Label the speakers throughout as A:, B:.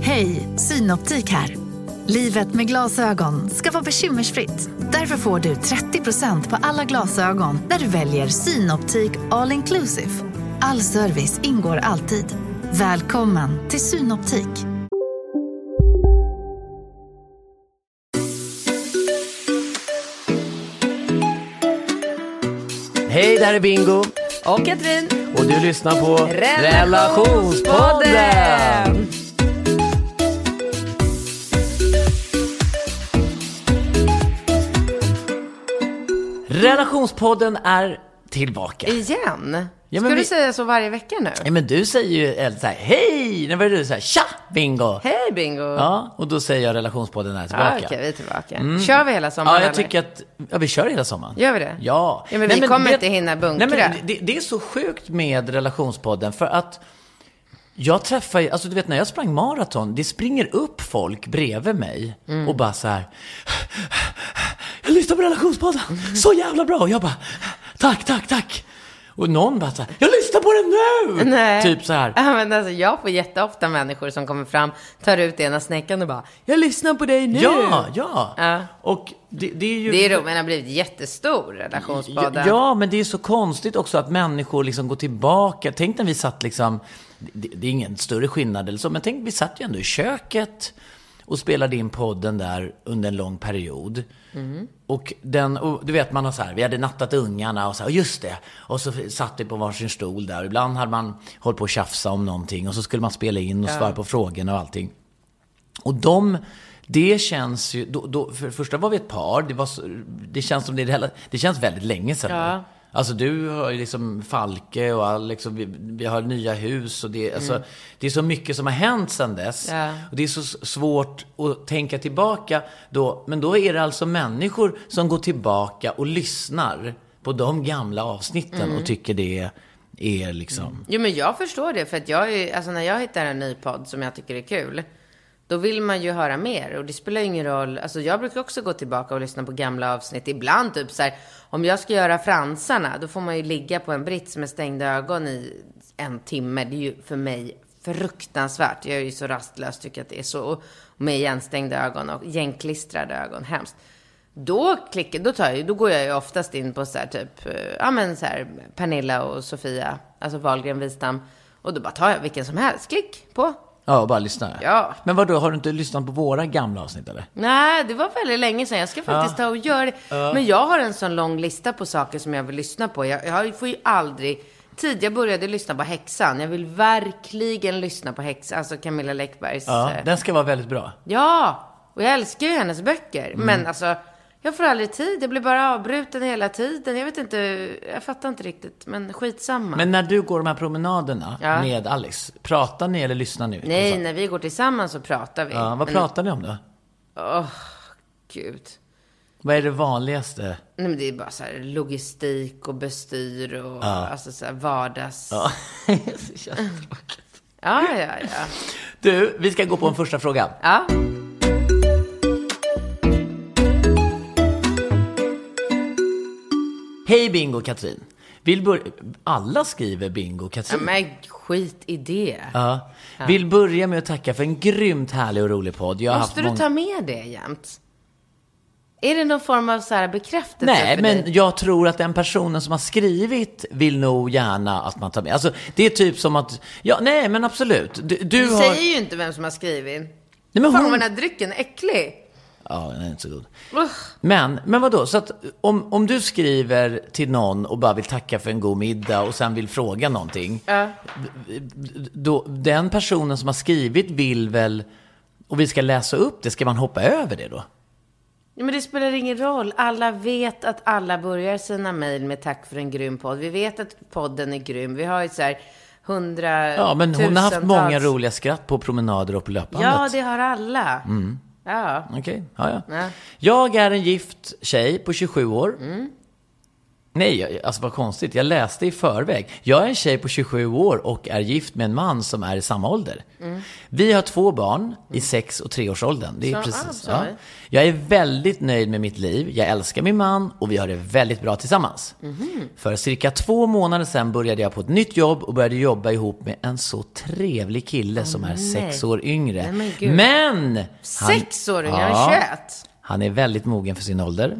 A: Hej, Synoptik här. Livet med glasögon ska vara bekymmersfritt. Därför får du 30% på alla glasögon när du väljer Synoptik All Inclusive. All service ingår alltid. Välkommen till Synoptik.
B: Hej, det här är Bingo.
C: Och Katrin.
B: Och du lyssnar på
C: Relationspodden.
B: Relationspodden är tillbaka.
C: Igen?
B: Ja, men
C: Ska
B: vi-
C: du säga så varje vecka nu?
B: Ja, men du säger ju eller så här, hej! Nej, vad är det du säger? Tja, bingo!
C: Hej Bingo!
B: Ja, och då säger jag relationspodden är
C: Ah,
B: tillbaka. Mm.
C: Okej, vi är tillbaka. Kör vi hela sommaren?
B: Ja, jag
C: eller?
B: tycker att ja, vi kör hela sommaren.
C: Gör vi det?
B: Ja.
C: Ja, men vi kommer inte hinna bunkra.
B: Nej, men det, det är så sjukt med relationspodden för att jag träffar ju, alltså du vet när jag sprang maraton, det springer upp folk bredvid mig
C: Mm.
B: och bara så här. Jag lyssnar på relationspodden, så jävla bra! Och jag bara, tack, tack, tack! Och någon bara så här, jag lyssnar på den nu!
C: Nej.
B: Typ så här.
C: Ja, men alltså, jag får jätteofta människor som kommer fram, tar ut ena snäckan och bara “Jag lyssnar på dig nu!”
B: Ja, ja.
C: Ja.
B: Och det, det är ju...
C: Det är roligt, den har blivit jättestor, relationspodden.
B: Ja, ja, men det är så konstigt också att människor liksom går tillbaka. Tänk när vi satt liksom, det, det är ingen större skillnad eller så, men tänk vi satt ju ändå i köket och spelade in podden där under en lång period. Och, den, och du vet, man har så här, vi hade nattat ungarna och så här, just det. Och så satt vi på varsin stol där. Ibland hade man hållit på och tjafsa om någonting och så skulle man spela in och svara på frågorna och allting. Och de, det känns ju, då, då, för det första var vi ett par, det, var, så- det känns som det, är det, hela, det känns väldigt länge sedan.
C: Ja.
B: Alltså du har ju liksom Falke och Alex och vi, vi har nya hus och det, alltså, det är så mycket som har hänt sedan dess.
C: Mm. Ja.
B: Och det är så s- svårt att tänka tillbaka då. Men då är det alltså människor som går tillbaka och lyssnar på de gamla avsnitten
C: Mm.
B: och tycker det är liksom...
C: Jo, men jag förstår det, för att jag är, alltså, när jag hittar en ny podd som jag tycker är kul, då vill man ju höra mer. Och det spelar ju ingen roll. Alltså, jag brukar också gå tillbaka och lyssna på gamla avsnitt. Ibland typ så här, om jag ska göra fransarna, då får man ju ligga på en brits med stängda ögon i en timme. Det är ju för mig fruktansvärt. Jag är ju så rastlös, tycker att det är så. Och med igenstängda ögon och igenklistrade ögon, hemskt. Då, klickar, då, tar jag, ju- då går jag ju oftast in på så här typ, eh, ja men så här Pernilla och Sofia, alltså Wahlgren Wistam. Och då bara tar jag vilken som helst, klick på.
B: Ja, och bara lyssnar.
C: Ja.
B: Men vad då har du inte lyssnat på våra gamla avsnitt eller?
C: Nej, det var väldigt länge sedan. Jag ska faktiskt ta och göra det. Men jag har en sån lång lista på saker som jag vill lyssna på. Jag, jag får ju aldrig tid. Jag började lyssna på Häxan. Jag vill verkligen lyssna på Häxan, alltså Camilla Läckbergs.
B: Ja,
C: eh,
B: den ska vara väldigt bra.
C: Ja, och jag älskar ju hennes böcker.
B: Mm.
C: Men alltså, jag får aldrig tid. Jag blir bara avbruten hela tiden. Jag vet inte, jag fattar inte riktigt. Men skitsamma.
B: Men när du går de här promenaderna
C: Ja.
B: med Alex, pratar ni eller lyssnar ni? Alltså,
C: Nej, när vi går tillsammans så pratar vi.
B: Ja, vad
C: Men-
B: pratar ni om då?
C: Åh, gud.
B: Vad är det vanligaste?
C: Nej, men det är bara så här logistik och bestyr och alltså så här vardags... Ja,
B: Ja. Det känns tråkigt.
C: ja, ja. ja.
B: du, vi ska gå på en första fråga. Hej Bingo och Katrin. Vill bör- Alla skriver Bingo och
C: Ja,
B: Katrin.
C: Men skit i det.
B: Ja. Vill börja med att tacka för en grymt härlig och rolig podd. Jag har haft
C: Måste du
B: många...
C: ta med det jämt? Är det någon form av så här bekräftelse
B: Nej,
C: för
B: men
C: dig?
B: jag tror att den personen som har skrivit vill nog gärna att man tar med. Alltså, det är typ som att, ja, nej men absolut. Du, du
C: Du
B: har...
C: säger ju inte vem som har skrivit.
B: Nej, men
C: Fan
B: hon...
C: vad den här drycken är äcklig.
B: Ja, den är inte så god.
C: Usch.
B: Men, men vadå, så att om, om du skriver till någon och bara vill tacka för en god middag och sen vill fråga någonting.
C: Ja.
B: d- d- Då, den personen som har skrivit vill väl, och vi ska läsa upp det, ska man hoppa över det då?
C: Ja, men det spelar ingen roll. Alla vet att alla börjar sina mejl med tack för en grym podd. Vi vet att podden är grym. Vi har ju så här hundra
B: Ja, men hon har haft många roliga skratt på promenader och på löpbandet.
C: Ja, det har alla.
B: Mm.
C: Ja.
B: Okej, ja, ja.
C: Ja.
B: Jag är en gift tjej på 27 år.
C: Mm.
B: Nej, jag- alltså vad konstigt. Jag läste i förväg. Jag är en tjej på 27 år och är gift med en man som är i samma ålder.
C: Mm.
B: Vi har två barn i sex och treårsåldern. Det är
C: Så- ah,
B: precis.
C: så
B: ja.
C: är det.
B: Jag är väldigt nöjd med mitt liv. Jag älskar min man och vi har det väldigt bra tillsammans.
C: Mhm.
B: För cirka två månader sedan började jag på ett nytt jobb och började jobba ihop med en så trevlig kille som är sex år yngre.
C: Nej, men gud.
B: men
C: Sex år yngre,
B: Ja.
C: han är 21.
B: Han är väldigt mogen för sin ålder.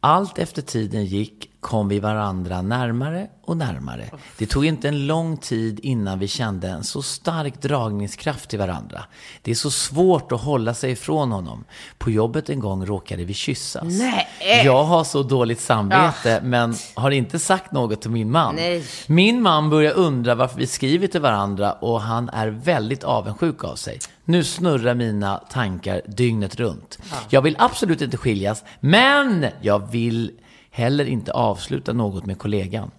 B: Allt efter tiden gick kom vi varandra närmare och närmare. Det tog inte en lång tid innan vi kände en så stark dragningskraft till varandra. Det är så svårt att hålla sig ifrån honom. På jobbet en gång råkade vi kyssas.
C: Nej.
B: Jag har så dåligt samvete men har inte sagt något till min man.
C: Nej.
B: Min man börjar undra varför vi skriver till varandra och han är väldigt avundsjuk av sig. Nu snurrar mina tankar dygnet runt. Jag vill absolut inte skiljas, men jag vill heller inte avsluta något med kollegan.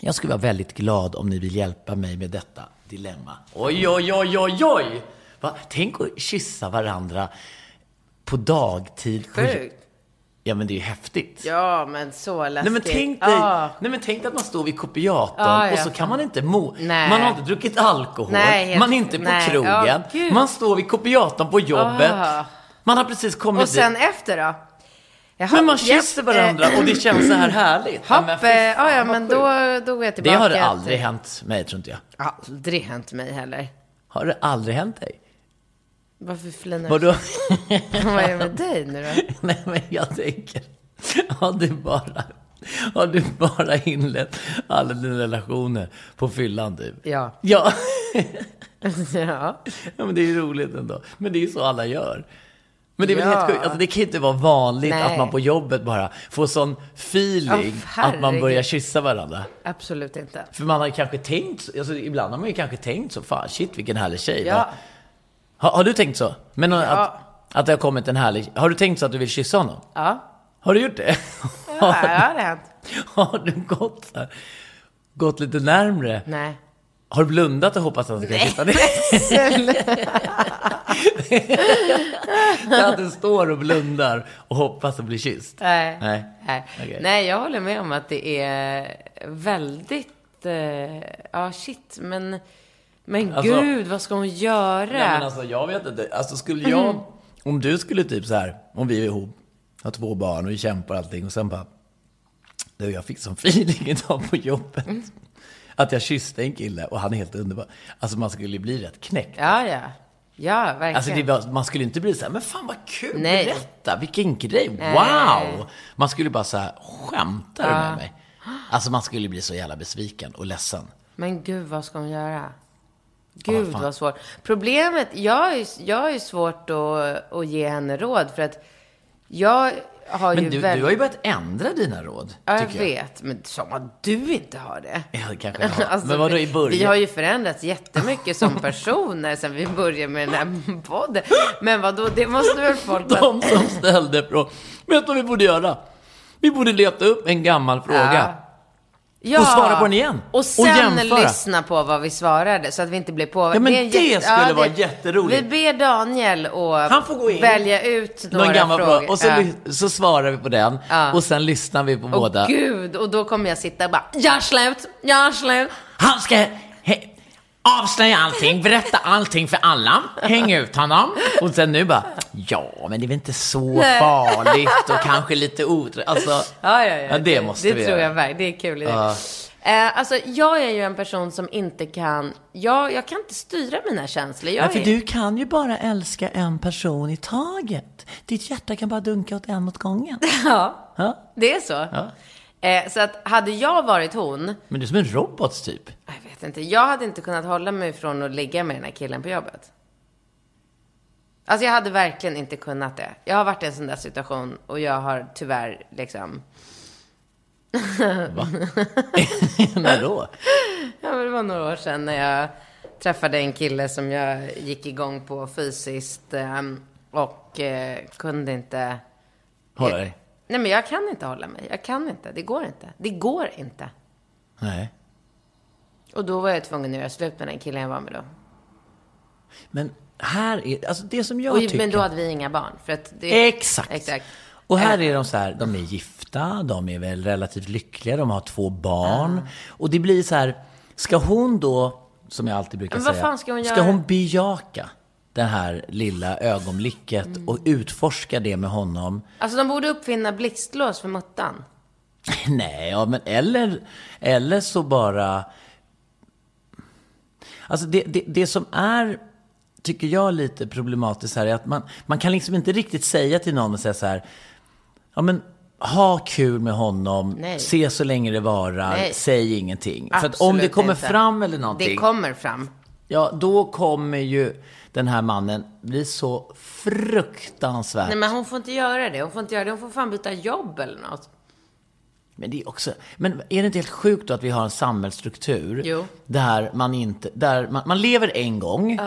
B: Jag skulle vara väldigt glad om ni vill hjälpa mig med detta dilemma. Oj, oj, oj, oj, oj! Va? Tänk att kyssa varandra på dagtid. På...
C: Sjukt.
B: Ja, men det är ju häftigt.
C: Ja, men så läskigt.
B: Nej men, tänk dig,
C: Ah.
B: nej men tänk dig att man står vid kopiatorn
C: Ja, ja.
B: och så kan man inte mo...
C: Nej.
B: Man har inte druckit alkohol,
C: Nej, helt-
B: man är inte på
C: nej.
B: krogen,
C: Ja, gud.
B: man står vid kopiatorn på jobbet,
C: Ah.
B: man har precis kommit
C: Och sen
B: dit.
C: efter då? Jaha,
B: Men man
C: japp,
B: kysser varandra
C: eh,
B: och det känns så här härligt. Ja, men
C: Hopp,
B: fy
C: eh,
B: fan,
C: ja, ja,
B: vad
C: men
B: sjukt.
C: då, då går jag
B: Det
C: tillbaka.
B: har
C: till-
B: aldrig hänt mig, tror inte jag.
C: Aldrig hänt mig heller.
B: Har det aldrig hänt dig?
C: Varför flinar du?
B: Vadå?
C: Vad är det med dig nu då?
B: Nej men jag tänker, har du bara, har du bara inlett alla dina relationer på fyllan du?
C: Ja.
B: Ja.
C: ja.
B: Ja, men det är ju roligt ändå. Men det är ju så alla gör. Men det är väl
C: Ja.
B: helt sjukt. Alltså, det kan ju inte vara vanligt
C: Nej.
B: att man på jobbet bara får sån feeling
C: Åh,
B: att man börjar
C: herregud.
B: kyssa varandra.
C: Absolut inte.
B: För man har ju kanske tänkt, alltså, ibland har man ju kanske tänkt så, fan shit vilken härlig tjej.
C: Ja.
B: Har, har du tänkt så? Men att, att det har kommit en härlig, har du tänkt så att du vill kyssa honom?
C: Ja.
B: Har du gjort det?
C: Ja, det har hänt.
B: Har du gått, så här, gått lite närmre?
C: Nej.
B: Har du blundat och hoppats att han ska kyssa dig? Att du står och blundar och hoppas att bli kysst?
C: Nej.
B: Nej.
C: Nej.
B: Okej.
C: Nej, jag håller med om att det är väldigt... eh, Ja, shit, men... Men
B: Alltså-
C: gud, vad ska hon göra?
B: Nej, men alltså jag vet inte. Alltså skulle jag...
C: Mm.
B: Om du skulle typ så här, om vi är ihop, har två barn och vi kämpar och allting och sen bara... Du, jag fick sån feeling idag på jobbet.
C: Mm.
B: Att jag kysste en kille och han är helt underbar. Alltså man skulle ju bli rätt knäckt.
C: Ja, ja. Ja, verkligen.
B: Alltså det var, man skulle inte bli så här, men fan vad kul,
C: Nej.
B: berätta, vilken grej,
C: Nej.
B: wow! Man skulle bara så här, skämtar du med mig? Alltså man skulle bli så jävla besviken och ledsen.
C: Men gud, vad ska hon göra? Gud,
B: fan.
C: vad svårt. Problemet, jag har ju, jag har ju svårt att, att ge henne råd för att jag har
B: Men
C: ju
B: du,
C: väldigt...
B: du har ju börjat ändra dina råd,
C: Ja, jag
B: tycker jag.
C: vet. Men som att du inte har det.
B: Ja, det kanske jag har.
C: Alltså,
B: Men vadå i början?
C: Vi har ju förändrats jättemycket som personer sen vi började med den här podden. Men vadå, det måste väl folk...
B: De som ställde frågan, vet du vad vi borde göra? Vi borde leta upp en gammal fråga.
C: Ja.
B: Och svara på den igen. Och
C: Och sen
B: jämföra.
C: lyssna på vad vi svarade så att vi inte blir påverkade.
B: Ja, men
C: är
B: det
C: en
B: skulle vara
C: det-
B: jätteroligt.
C: Vi ber Daniel att
B: Han får gå in.
C: välja ut några
B: Någon gammal
C: frågor.
B: fråga. Och så,
C: Ja.
B: ly- så svarar vi på den.
C: Ja.
B: Och sen lyssnar vi på
C: Åh,
B: båda.
C: gud, och då kommer jag sitta och bara, jag har slut, jag har slut.
B: Han ska he- avslöja allting, berätta allting för alla, häng ut honom. Och sen nu bara, ja men det är väl inte så
C: Nej.
B: farligt och kanske lite otrevligt. Alltså,
C: Ja, ja, ja.
B: det, måste
C: det
B: vi
C: tror
B: göra.
C: jag verkligen. Det är kul idé.
B: Ja.
C: Eh, alltså, jag är ju en person som inte kan, jag, jag kan inte styra mina känslor. Jag
B: Nej, för
C: är,
B: du kan ju bara älska en person i taget. Ditt hjärta kan bara dunka åt en åt gången.
C: Ja,
B: Ja.
C: det är så.
B: Ja.
C: Eh, så att hade jag varit hon,
B: Men du är som en robot typ.
C: jag vet inte, jag hade inte kunnat hålla mig från att ligga med den här killen på jobbet. Alltså jag hade verkligen inte kunnat det. Jag har varit i en sån där situation och jag har tyvärr liksom,
B: När då?
C: Ja, men det var några år sedan när jag träffade en kille som jag gick igång på fysiskt ehm, och eh, kunde inte...
B: Hålla dig?
C: Nej, men jag kan inte hålla mig. Jag kan inte. Det går inte. Det går inte.
B: Nej.
C: Och då var jag tvungen att göra slut med den killen jag var med då.
B: Men här är, alltså det som jag
C: Och,
B: tycker...
C: men då hade vi inga barn. För att det,
B: Exakt.
C: Exakt. Eh.
B: Och här är de så här, de är gifta, de är väl relativt lyckliga, de har två barn. Och det blir så här, ska hon då, som jag alltid brukar
C: Men vad
B: säga,
C: fan ska hon
B: ska
C: göra?
B: hon bejaka det här lilla ögonblicket och utforska det med honom?
C: Alltså de borde uppfinna blixtlås för muttan.
B: Nej, ja, men eller, eller så bara... Alltså det, det, det som är, tycker jag, lite problematiskt här är att man, man kan liksom inte riktigt säga till någon och säga så här, ja men ha kul med honom,
C: Nej.
B: se så länge det varar,
C: Nej.
B: säg ingenting. För att om
C: Absolut
B: det kommer
C: inte.
B: fram eller någonting,
C: Det kommer fram.
B: ja då kommer ju den här mannen bli så fruktansvärt
C: Nej men hon får inte göra det. Hon får inte göra det. Hon får fan byta jobb eller något.
B: Men det är också, men är det inte helt sjukt då att vi har en samhällsstruktur
C: Jo.
B: där man inte, där man, man lever en gång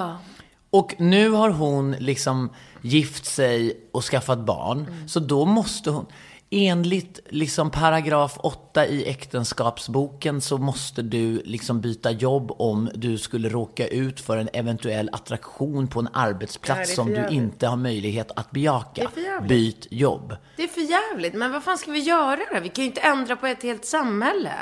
B: och nu har hon liksom gift sig och skaffat barn.
C: Mm.
B: Så då måste hon, enligt liksom paragraf 8 i äktenskapsboken så måste du liksom byta jobb om du skulle råka ut för en eventuell attraktion på en
C: Ja, det
B: arbetsplats
C: är
B: som
C: för
B: du
C: jävligt.
B: inte har möjlighet att bejaka.
C: Det är för jävligt.
B: Byt jobb.
C: Det är för jävligt. Men vad fan ska vi göra då? Vi kan ju inte ändra på ett helt samhälle.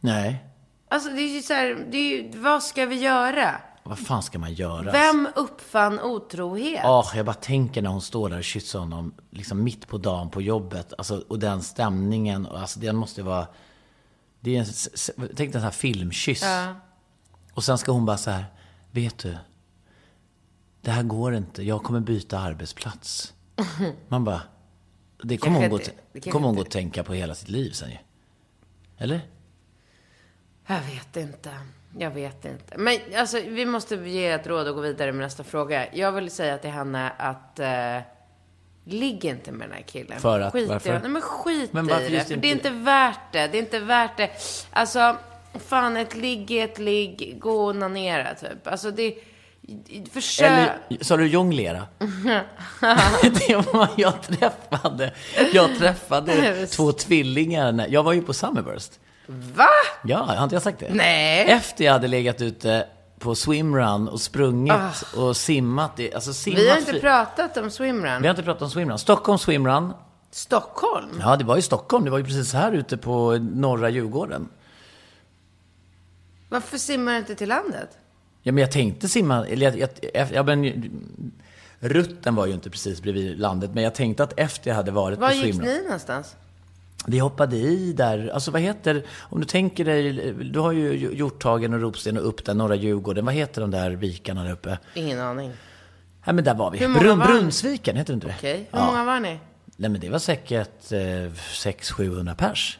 B: Nej,
C: Alltså det är ju så här, det är ju, vad ska vi göra?
B: vad fan ska man göra?
C: Vem uppfann otrohet?
B: Ah, jag bara tänker när hon står där och kysser honom liksom mitt på dagen på jobbet. Alltså, och den stämningen. Och, alltså, den måste vara... Det är en, s- s- tänk dig en sån här filmkyss. Och sen ska hon bara så här. Vet du? Det här går inte. Jag kommer byta arbetsplats. Man bara... Det kommer hon,
C: Kanske
B: gå,
C: inte- det
B: det
C: kanske
B: kommer hon gå
C: inte-
B: och tänka på hela sitt liv sen ju. Eller?
C: Jag vet inte. Jag vet inte. Men alltså, vi måste ge ett råd och gå vidare med nästa fråga. Jag vill säga till henne att eh, ligg inte med den här killen.
B: För att-
C: skit I,
B: varför?
C: nej, men skit
B: Men
C: i
B: varför
C: det.
B: just
C: För
B: inte
C: det är
B: det?
C: inte värt det. Det är inte värt det. Alltså, fan ett ligg är ett ligg. Gå och onanera typ. Alltså det... Försök.
B: Eller, sa du jonglera? det var jag träffade. Jag träffade två tvillingar. När, jag var ju på Summerburst.
C: Va?
B: Ja, har inte jag sagt det?
C: Nej.
B: Efter jag hade legat ute på swimrun och sprungit och simmat. i- Alltså simmat
C: Ah. Vi har inte
B: fri-
C: pratat om swimrun.
B: vi har inte pratat om swimrun. Stockholm swimrun.
C: Stockholm?
B: Ja, det var ju Stockholm. Det var ju precis här ute på norra Djurgården.
C: Varför simmar du inte till landet?
B: Ja, men jag tänkte simma, eller jag, jag, jag, ja, men, rutten var ju inte precis bredvid landet, men jag tänkte att efter jag hade varit
C: Var
B: på
C: gick
B: swimrun.
C: ni någonstans?
B: Vi hoppade i där, alltså vad heter, om du tänker dig, du har ju Hjorthagen och Ropsten och upp där, norra Djurgården, vad heter de där vikarna där uppe?
C: Ingen aning.
B: Nej men där var vi.
C: Hur många
B: Brun,
C: var-
B: Brunnsviken, heter det inte det?
C: Okej, hur
B: Ja.
C: många var ni?
B: Nej men det var säkert eh, 600-700 pers.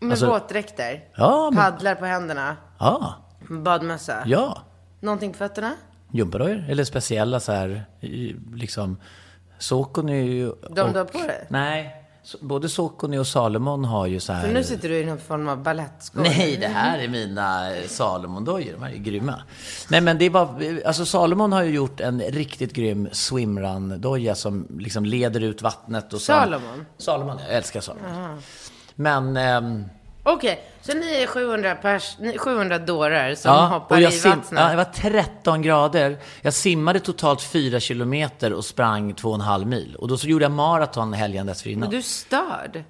C: Med
B: Alltså-
C: våtdräkter?
B: Ja, men,
C: Paddlar på händerna?
B: ja,
C: Badmössa?
B: ja.
C: Någonting på fötterna?
B: Jumpadojor, eller speciella så här, i- liksom, Sokoni är ju...
C: De
B: och-
C: du har på dig?
B: Nej, så- både Sokoni och Salomon har ju så här...
C: För nu sitter du i någon form av balettskor.
B: Nej, det här är mina Salomon-dojor. De här är ju grymma. Nej, men det var, alltså Salomon har ju gjort en riktigt grym swimrun-doja som liksom leder ut vattnet. Och sen-
C: Salomon?
B: Salomon, jag älskar Salomon. Men, ehm,
C: Okej, så ni är 700, pers, ni- 700 dårar som
B: ja,
C: hoppar
B: och
C: i
B: jag sim-
C: vattnet?
B: ja, det var 13 grader. Jag simmade totalt 4 kilometer och sprang 2,5 mil. Och då så gjorde jag maraton helgen dessförinnan.
C: Men du är störd.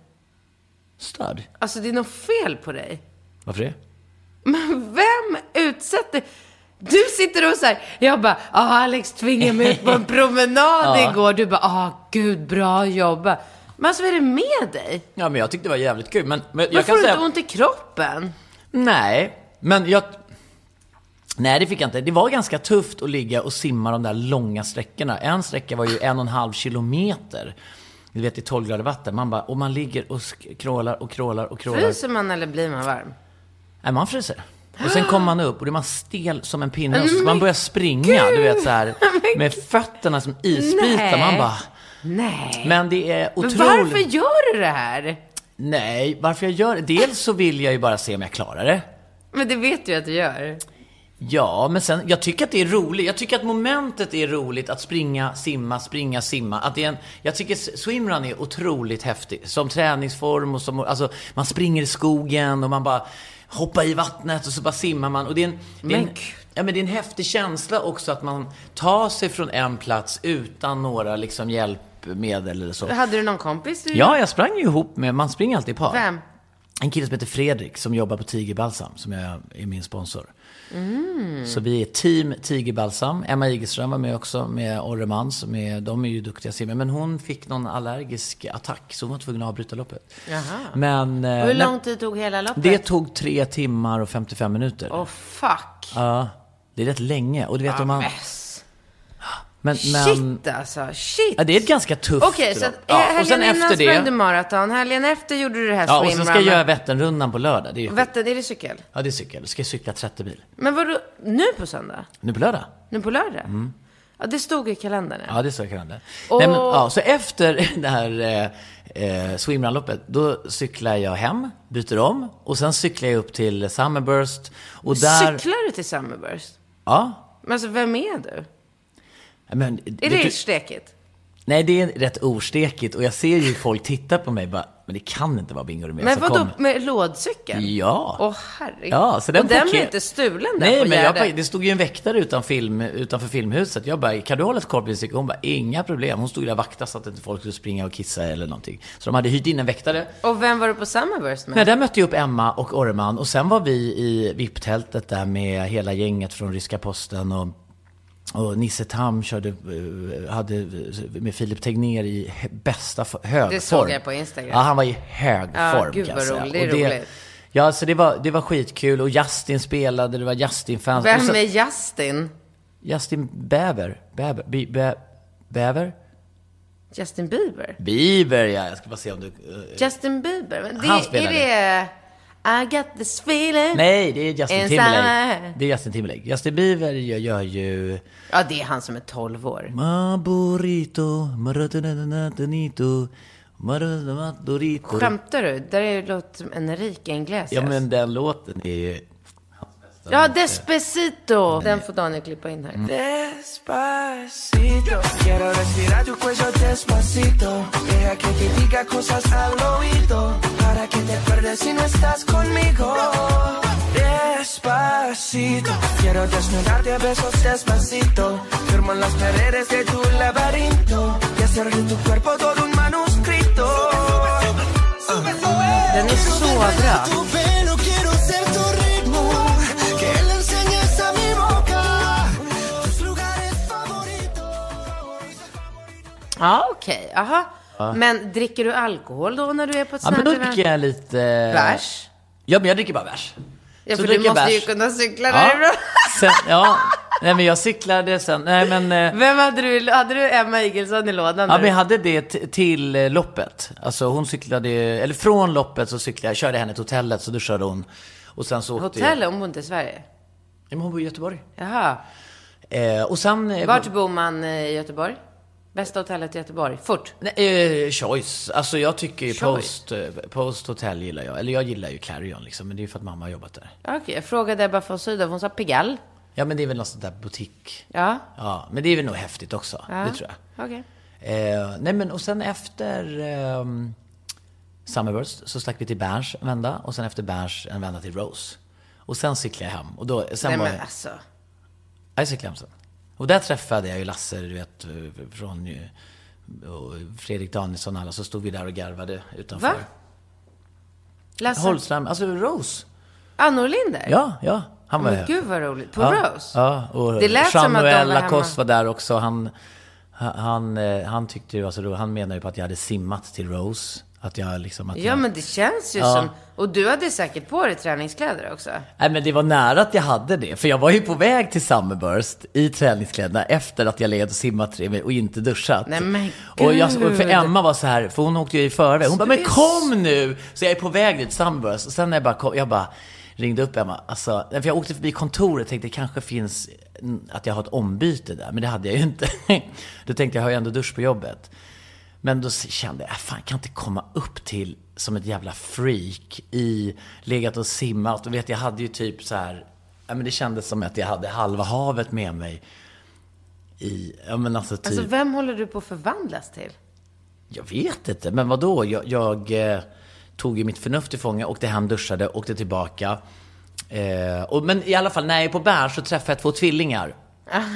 B: Störd.
C: Alltså det är något fel på dig.
B: Varför det?
C: Men vem utsätter... Du sitter och så här, jag bara, ah, Alex tvingade mig ut på en promenad
B: Ja.
C: igår. Du bara, ah, gud, bra jobbat. Men alltså vad är det med dig?
B: Ja, men jag tyckte det var jävligt kul. Men, men jag
C: Varför
B: kan
C: får du
B: säga...
C: inte ont i kroppen?
B: Nej, men jag... Nej, det fick jag inte. Det var ganska tufft att ligga och simma de där långa sträckorna. En sträcka var ju en och en halv kilometer. Du vet, i 12 grader vatten. Man bara, och man ligger och sk- krålar och krålar och krålar.
C: Fryser man eller blir man varm?
B: Nej, man fryser. Och sen kommer man upp och då är man stel som en pinne och så ska man börja springa, du vet så här, med fötterna som isbitar.
C: Nej.
B: Man bara...
C: Nej.
B: Men det är otroligt...
C: Men varför gör du det här?
B: Nej, varför jag gör det? Dels så vill jag ju bara se om jag klarar det.
C: Men det vet du ju att du gör.
B: Ja, men sen, jag tycker att det är roligt. Jag tycker att momentet är roligt att springa, simma, springa, simma. Att det är en, jag tycker s- swimrun är otroligt häftig. Som träningsform och som, alltså, man springer i skogen och man bara, hoppa i vattnet och så bara simmar man. Och det är en, det är en,
C: Men gud.
B: ja, men det är en häftig känsla också att man tar sig från en plats utan några liksom hjälpmedel eller så.
C: Hade du någon kompis? Du
B: Ja, jag sprang ju ihop med, man springer alltid i par.
C: Vem?
B: En kille som heter Fredrik som jobbar på Tigerbalsam, som jag är min sponsor.
C: Mm.
B: Så vi är team Tigerbalsam. Emma Igelström var med också, med Orre Mans. Med, de är ju duktiga simmare. Men hon fick någon allergisk attack, så hon var tvungen att avbryta loppet.
C: Jaha.
B: Men, eh,
C: Och
B: nej,
C: hur lång tid tog hela loppet?
B: Det tog tre timmar och 55 minuter.
C: Åh, fuck.
B: Ja, det är rätt länge. Och du vet om man...
C: Yes.
B: Men, men,
C: Shit alltså, shit.
B: ja, det är ett ganska tufft
C: Okej, så
B: lopp.
C: att, eh,
B: ja,
C: helgen
B: och sen
C: innan
B: efter
C: sprang du
B: det...
C: maraton, helgen efter gjorde du det här
B: Ja, och sen
C: swimrunnen.
B: ska jag göra Vätternrundan på lördag. Det är ju skit.
C: Vättern, är det cykel?
B: Ja, det är cykel. Då ska jag cykla 30 mil.
C: Men vadå, nu på söndag?
B: Nu på lördag?
C: Nu på lördag? Ja, det stod i kalendern.
B: Mm. Ja, det är så jag kan det.
C: Och-
B: Nej, men, ja, så efter det här eh, eh, swimrunloppet, då cyklar jag hem, byter om och sen cyklar jag upp till Summerburst. Och där...
C: Cyklar du till Summerburst?
B: Ja.
C: Men alltså, vem är du?
B: Men,
C: Är det stekigt?
B: Nej, det är rätt ostekigt och jag ser ju folk titta på mig och bara, men det kan inte vara Bingo Rimér
C: Men
B: som
C: vadå,
B: kommer.
C: med lådcykel?
B: Ja.
C: Åh, herregud.
B: Ja, så den
C: Och den
B: parker-
C: blir inte stulen där
B: Nej,
C: på
B: men jag,
C: Gärdet?
B: det stod ju en väktare utan film, utanför filmhuset. Jag bara, kan du hålla ett koll på din cykel? Hon bara, inga problem. Hon stod ju där och vaktade så att inte folk skulle springa och kissa eller någonting. Så de hade hyrt in en väktare.
C: Och vem var du på Summerburst med?
B: Nej, där mötte jag upp Emma och Orman och sen var vi i VIP-tältet där med hela gänget från ryska posten och, och Nisse Tam körde, eh, hade med Filip Tegner i hö- bästa f- hög
C: Det
B: form.
C: såg jag på Instagram.
B: Ja, han var i hög
C: Ja,
B: form
C: gud
B: kan
C: vad
B: jag säga.
C: roligt, det är
B: Och
C: roligt.
B: Ja, så det var, det var skitkul och Justin spelade, det var Justin-fans. Och
C: Vem
B: så-
C: är Justin?
B: Justin Bäver? Bäver? Bi- Bä- Bäver?
C: Justin Bieber?
B: Bieber, ja. Jag ska bara se om du... eh,
C: Justin Bieber? Men Det,
B: Han
C: är
B: spelar
C: det... I got this feeling.
B: Nej, det är Justin
C: Inside.
B: Timberlake. Det är Justin Timberlake. Justin Bieber gör, gör ju...
C: Ja, det är han som är 12 år.
B: Ma burrito, marutunanatunito, marutunatdorito.
C: Skämtar du? Där är det låt som Enrique Iglesias.
B: Ja, men den låten är ju...
C: Ja, Despacito! Den får Daniel klippa in här.
B: Mm.
D: Despacito, quiero respirar tu cuello despacito. Deja que te diga cosas al oído. Para que te acuerdes si no estás conmigo. Despacito, quiero desnudarte a besos despacito. Firmo en las paredes de tu laberinto. Y hacer de tu cuerpo todo un manuscrito.
C: Den är så bra.
D: Tu pelo quiero ser tu ritmo. Que le enseñes a mi boca. Tus lugares favoritos.
C: Ja, okej. Aha. Men dricker du alkohol då när du är på ett
B: Ja,
C: sånt
B: men
C: här
B: då
C: event?
B: dricker jag lite...
C: Bärs?
B: Ja, men jag dricker bara bärs.
C: Ja,
B: Så
C: för du
B: dricker jag
C: måste ju
B: bärs.
C: kunna cykla
B: Ja.
C: därifrån.
B: Sen, ja. Nej, men jag cyklade sen. Nej, men... eh,
C: Vem hade du? Hade du Emma Igelsson i lådan?
B: Ja,
C: nu?
B: men jag hade det t- till eh, loppet. Alltså hon cyklade, eller från loppet så cyklade jag, körde henne till hotellet, så då körde hon. Och sen så åkte
C: Hotell?
B: Jag,
C: Hon bor inte i Sverige?
B: Ja, men hon bor i Göteborg.
C: Jaha.
B: Eh, och sen... eh,
C: Vart bor man eh, i Göteborg? Bästa hotellet i Göteborg? Fort!
B: Nej, eh, choice. Alltså jag tycker ju
C: Choice.
B: post, eh, post Hotel gillar jag. Eller jag gillar ju Clarion liksom, men det är ju för att mamma har jobbat där.
C: Okej, jag frågade Ebba von Sydow. Hon sa Pigalle.
B: Ja, men det är väl någon sån där butik.
C: Ja.
B: Ja, men det är väl nog häftigt också. Det tror jag.
C: Okej.
B: Eh, nej men och sen efter ehm, Summerburst så stack vi till Berns en vända och sen efter Berns en vända till Rose. Och sen cyklade jag hem. Och då, sen
C: Nej
B: var
C: men
B: jag,
C: alltså.
B: Ja, jag cyklade hem sen. Och där träffade jag ju Lasse, du vet, eh, från eh, och Fredrik Danielsson och alla. Så stod vi där och garvade utanför.
C: Va? Lasse?
B: Holström, alltså Rose.
C: Ah, Norlinder?
B: Ja, ja. Han var
C: Men
B: ju-
C: gud vad roligt. På
B: ja,
C: Rose?
B: Ja, och
C: Det lät som att de var
B: Jean-Noël
C: hemma.
B: Lacoste var där också. Han, han, han, eh, han tyckte ju, alltså, då- han menade ju på att jag hade simmat till Rose. Att jag liksom, att
C: Ja,
B: jag,
C: men det känns ju som... Och du hade säkert på dig träningskläder också.
B: Nej men det var nära att jag hade det. För jag var ju på väg till Summerburst i träningskläderna efter att jag legat och simmat tre mil och inte duschat.
C: Nej, men
B: och jag, och för
C: gud.
B: Emma var så här, för hon åkte ju i förväg. Hon bara,
C: du
B: men
C: är
B: kom nu! Så jag är på väg dit, Summerburst. Och sen när jag bara kom, jag bara ringde upp Emma. Alltså, för jag åkte förbi kontoret och tänkte, det kanske finns mm, att jag har ett ombyte där. Men det hade jag ju inte. Då tänkte jag, jag har ju ändå dusch på jobbet. Men då kände jag, "Ah, fan kan jag inte komma upp till som ett jävla freak i legat och simmat. Och vet jag hade ju typ så här, ja men det kändes som att jag hade halva havet med mig. I, ja men alltså typ,
C: Alltså, vem håller du på att förvandlas till?
B: jag vet inte, men vadå? Jag, jag, eh, tog ju mitt förnuft till fånga, åkte hem, duschade, åkte tillbaka. Eh, och, men i alla fall, när jag är på Berns så träffar jag två tvillingar.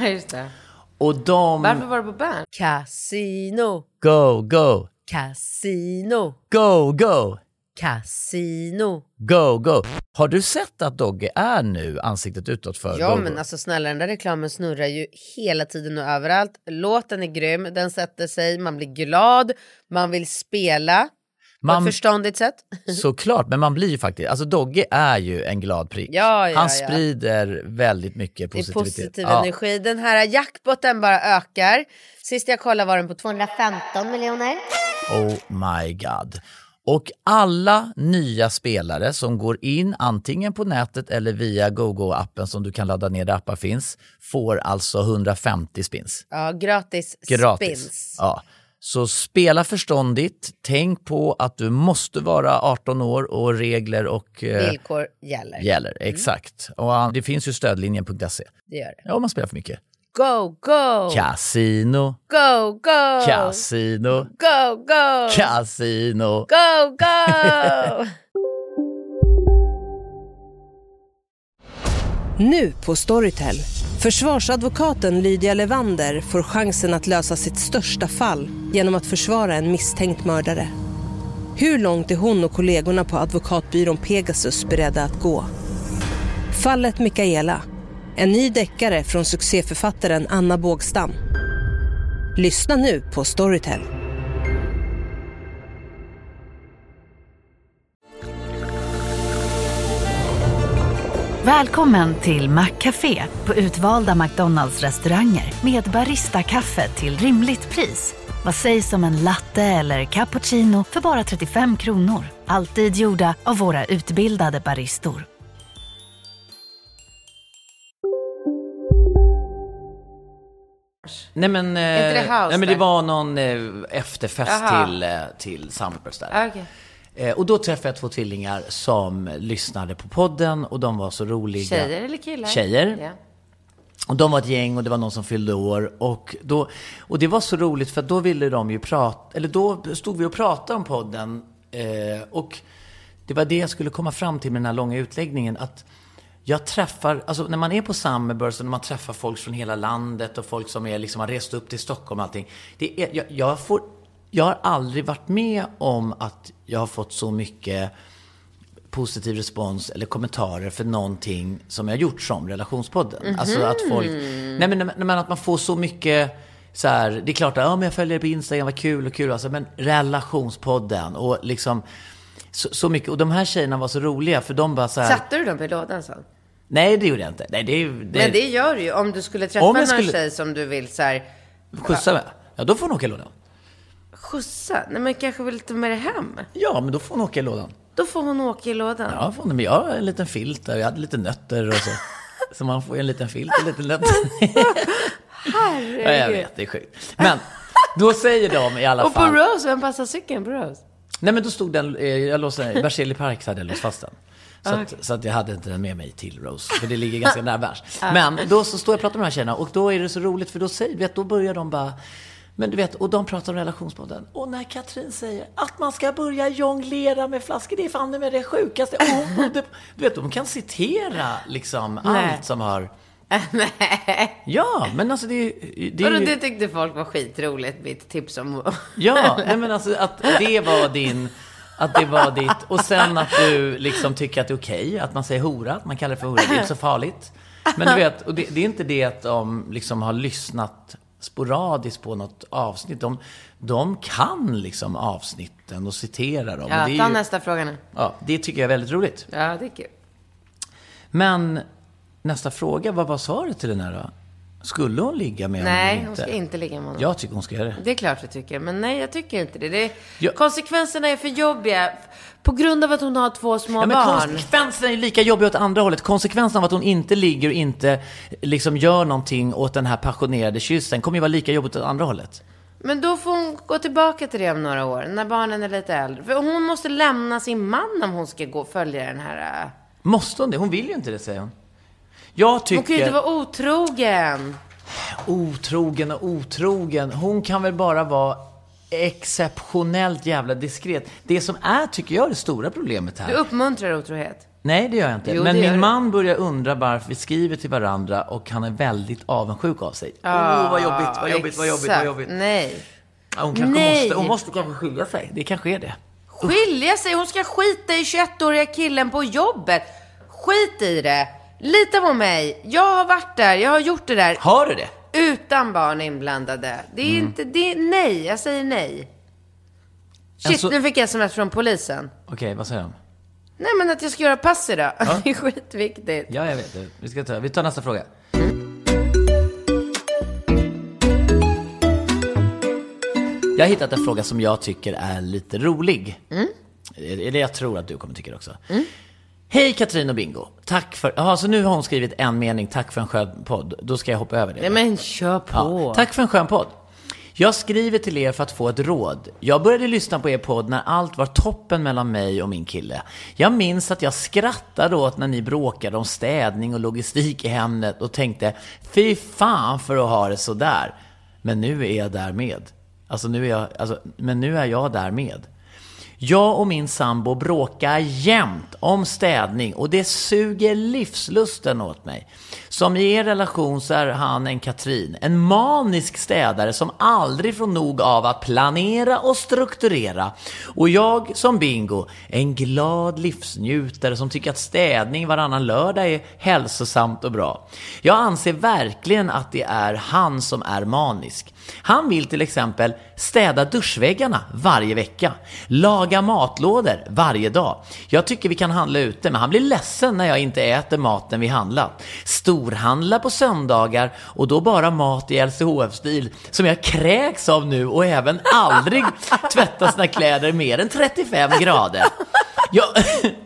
C: Ja, just det.
B: Och de...
C: Varför var du på Bern?
E: Casino,
B: Go, go,
E: casino,
B: go, go,
E: casino.
B: go, go. Har du sett att Dogge är nu ansiktet utåt för
E: Ja
B: Go, Go?
E: men alltså snälla den där reklamen snurrar ju hela tiden och överallt. Låten är grym, den sätter sig, man blir glad, man vill spela på
B: Man-
E: ett förståndigt sätt.
B: Såklart, men man blir ju faktiskt, alltså Dogge är ju en glad prick.
E: Ja, ja,
B: Han
E: ja.
B: sprider väldigt mycket
E: Det är
B: positivitet.
E: positiv
B: Ja.
E: energi. Den här jackpotten bara ökar. Sist jag kollade var den på 215 miljoner.
B: Oh my god. Och alla nya spelare som går in antingen på nätet eller via GoGo-appen som du kan ladda ner där appar finns får alltså 150 spins.
E: Ja, gratis,
B: Gratis.
E: spins.
B: Ja. Så spela förståndigt. Tänk på att du måste vara 18 år och regler och eh,
E: Villkor gäller. Mm.
B: gäller. Exakt. Och ah, det finns ju stödlinjen.se.
E: Det gör det.
B: Ja, om man spelar för mycket.
E: Go, go!
B: Casino,
E: Go, go!
B: casino,
E: Go, go!
B: casino.
E: Go, go!
F: Nu på Storytel. Försvarsadvokaten Lydia Levander får chansen att lösa sitt största fall genom att försvara en misstänkt mördare. Hur långt är hon och kollegorna på advokatbyrån Pegasus beredda att gå? Fallet Mikaela. En ny deckare från succéförfattaren Anna Bågstam. Lyssna nu på Storytel.
A: Välkommen till Maccafé på utvalda McDonalds restauranger med Baristakaffe till rimligt pris. Vad sägs om en latte eller cappuccino för bara 35 kronor? Alltid gjorda av våra utbildade baristor.
B: Nej men, eh,
C: Är inte det house
B: nej, men det
C: där?
B: var någon eh, efterfest
C: Jaha.
B: till, eh, till Sampers där.
C: Ah, Okej.
B: Eh, och då träffade jag två tvillingar som lyssnade på podden och de var så roliga.
C: Tjejer eller killar?
B: Tjejer.
C: Ja.
B: Och de var ett gäng och det var någon som fyllde år. Och, då, och det var så roligt för att då ville de ju prata, eller då stod vi och pratade om podden. Eh, och det var det jag skulle komma fram till med den här långa utläggningen. Att jag träffar, alltså när man är på Summerburst och när man träffar folk från hela landet och folk som är, liksom, har rest upp till Stockholm och allting. Det är, jag, jag, får, jag har aldrig varit med om att jag har fått så mycket positiv respons eller kommentarer för någonting som jag gjort som relationspodden. Alltså att folk, nej men, nej, men att man får så mycket så här, det är klart att ja, men jag följer dig på Instagram, vad kul och kul. Alltså, men relationspodden och liksom så, så mycket. Och de här tjejerna var så roliga för de bara så här,
C: Satte du dem i lådan sen?
B: nej det gjorde jag inte. Nej, det, är ju- det,
C: Men det gör du ju. Om du skulle träffa
B: Om jag
C: någon
B: skulle-
C: tjej som du vill så här,
B: skjutsa med. Ja, då får hon åka i lådan.
C: skjutsa. Nej men kanske vill lite mer hem.
B: Ja, men då får hon åka i lådan.
C: Då får hon åka i lådan.
B: Ja, får hon, men jag har en liten filt där, jag hade lite nötter och så. Så man får ju en liten filt och lite nötter. Ja, jag vet, det är sjukt. Men då säger de i alla
C: Och på
B: fall...
C: Rose, vem passar cykeln på Rose?
B: Nej men då stod den, eh, jag låste, Berzelii Park hade jag låst fast den. Så, att, så att jag hade inte den med mig till Rose, för det ligger ganska nära Berns. Men då så står jag och pratar med de här tjejerna och då är det så roligt för då säger, vet, då börjar de bara men du vet, och de pratar om relationspodden. Och när Katrin säger att man ska börja jonglera med flaskor, det är fan med det sjukaste. Och hon, och det, du vet, de kan citera liksom allt som har... Nej. Ja, men alltså det, är ju- det är
C: Vadå,
B: ju...
C: det tyckte folk var skitroligt, mitt tips om...
B: Ja, nej men alltså att det var din, att det var ditt. Och sen att du liksom tycker att det är okej att man säger hora, att man kallar det för hora, det är inte så farligt. Men du vet, och det, det är inte det att de liksom har lyssnat sporadiskt på något avsnitt. De, de kan liksom avsnitten och citera dem.
C: Ja,
B: och det,
C: ta
B: är ju,
C: nästa fråga nu.
B: ja, det tycker jag är väldigt roligt.
C: Ja, det är kul.
B: Men nästa fråga, vad var svaret till den här då? Skulle hon ligga med honom eller
C: Nej,
B: inte?
C: hon ska inte ligga med honom.
B: Jag tycker hon ska göra det.
C: Det är klart du tycker, men nej jag tycker inte det. det är,
B: Ja.
C: Konsekvenserna är för jobbiga på grund av att hon har två små
B: Ja, men
C: barn.
B: konsekvenserna är ju lika jobbiga åt andra hållet. Konsekvensen av att hon inte ligger och inte liksom gör någonting åt den här passionerade kyssen kommer ju vara lika jobbigt åt andra hållet.
C: Men då får hon gå tillbaka till det om några år, när barnen är lite äldre. För hon måste lämna sin man om hon ska gå och följa den här... äh.
B: Måste hon det? Hon vill ju inte det, säger hon. Jag tycker...
C: Hon kan ju inte vara otrogen.
B: Otrogen och otrogen. Hon kan väl bara vara exceptionellt jävla diskret. Det som är, tycker jag, det stora problemet här.
C: Du uppmuntrar otrohet.
B: Nej, det gör jag inte.
C: Jo,
B: Men
C: det
B: min
C: gör du.
B: man börjar undra varför vi skriver till varandra och han är väldigt avundsjuk av sig. Åh, vad jobbigt, vad jobbigt, vad jobbigt, vad
C: Ah, Exakt.
B: jobbigt.
C: Nej.
B: Ja, Hon kanske
C: Nej.
B: måste, hon måste kanske skilja sig. Det kanske är det.
C: Skilja sig? Hon ska skita i 21-åriga killen på jobbet. Skit i det. Lita på mig. Jag har varit där, jag har gjort det där.
B: Har du det?
C: Utan barn inblandade. Det
B: Mm.
C: är inte, det är, nej, jag säger nej. Shit,
B: Alltså-
C: nu fick jag sms från polisen.
B: Okej, vad säger de?
C: Nej men att jag ska göra pass idag. Det är skitviktigt.
B: Ja, jag vet det. Vi, ska ta, vi tar nästa fråga. Jag har hittat en fråga som jag tycker är lite rolig. Eller jag tror att du kommer tycka det också. Hej Katrin och Bingo. Tack för... Jaha, så nu har hon skrivit en mening. Tack för en skön podd. Då ska jag hoppa över det.
C: Nej men kör på.
B: Ja, tack för en skön podd. Jag skriver till er för att få ett råd. Jag började lyssna på er podd när allt var toppen mellan mig och min kille. Jag minns att jag skrattade åt när ni bråkade om städning och logistik i hemmet och tänkte fy fan för att ha det sådär. Men nu är jag där med. Alltså nu är jag, alltså, men nu är jag där med. Jag och min sambo bråkar jämt om städning och det suger livslusten åt mig. Som i er relation så är han en Katrin, en manisk städare som aldrig får nog av att planera och strukturera. Och jag som Bingo, en glad livsnjutare som tycker att städning varannan lördag är hälsosamt och bra. Jag anser verkligen att det är han som är manisk. Han vill till exempel städa duschväggarna varje vecka, laga matlådor varje dag. Jag tycker vi kan handla ute, men han blir ledsen när jag inte äter maten vi handlat. Storhandla på söndagar och då bara mat i LCHF-stil som jag kräks av nu och även aldrig tvätta sina kläder mer än 35 grader. Jag...